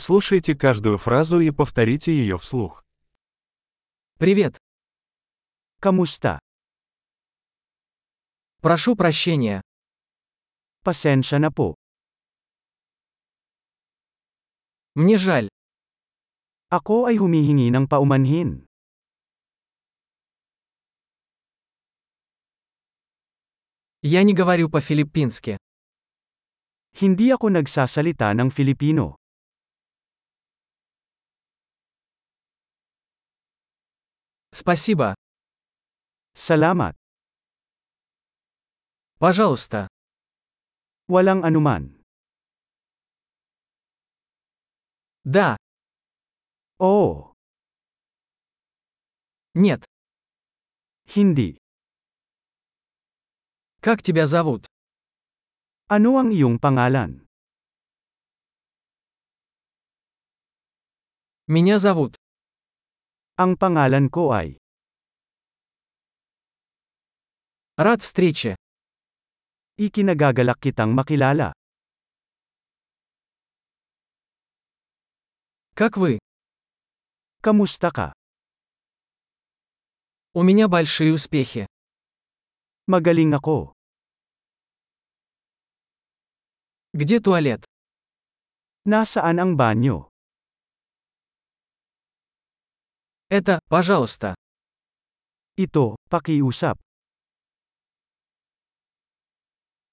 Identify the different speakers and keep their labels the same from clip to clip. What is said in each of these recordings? Speaker 1: Прослушайте каждую фразу и повторите ее вслух.
Speaker 2: Привет.
Speaker 3: Kamusta?
Speaker 2: Прошу прощения.
Speaker 3: Pasensya na po.
Speaker 2: Мне жаль.
Speaker 3: Ako ay humihingi ng paumanhin.
Speaker 2: Я не говорю по-филиппински.
Speaker 3: Hindi ako nagsasalita ng Filipino.
Speaker 2: Спасибо.
Speaker 3: Salamat.
Speaker 2: Пожалуйста.
Speaker 3: Walang anuman.
Speaker 2: Да.
Speaker 3: Oo.
Speaker 2: Нет.
Speaker 3: Hindi.
Speaker 2: Как тебя зовут?
Speaker 3: Ano ang iyong pangalan?
Speaker 2: Меня зовут.
Speaker 3: Ang pangalan ko ay.
Speaker 2: Рад встрече.
Speaker 3: Ikinagagalak kitang makilala.
Speaker 2: Как вы?
Speaker 3: Kamusta ka?
Speaker 2: У меня большие успехи.
Speaker 3: Magaling ako.
Speaker 2: Где туалет?
Speaker 3: Nasaan ang banyo?
Speaker 2: Это, пожалуйста.
Speaker 3: Ito, pakiusap.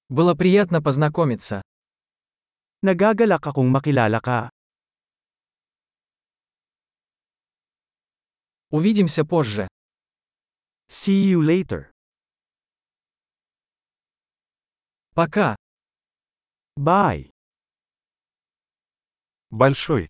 Speaker 2: Было приятно познакомиться.
Speaker 3: Nagagalak akong makilala ka.
Speaker 2: Увидимся позже.
Speaker 3: See you later.
Speaker 2: Пока.
Speaker 3: Bye.
Speaker 1: Большой.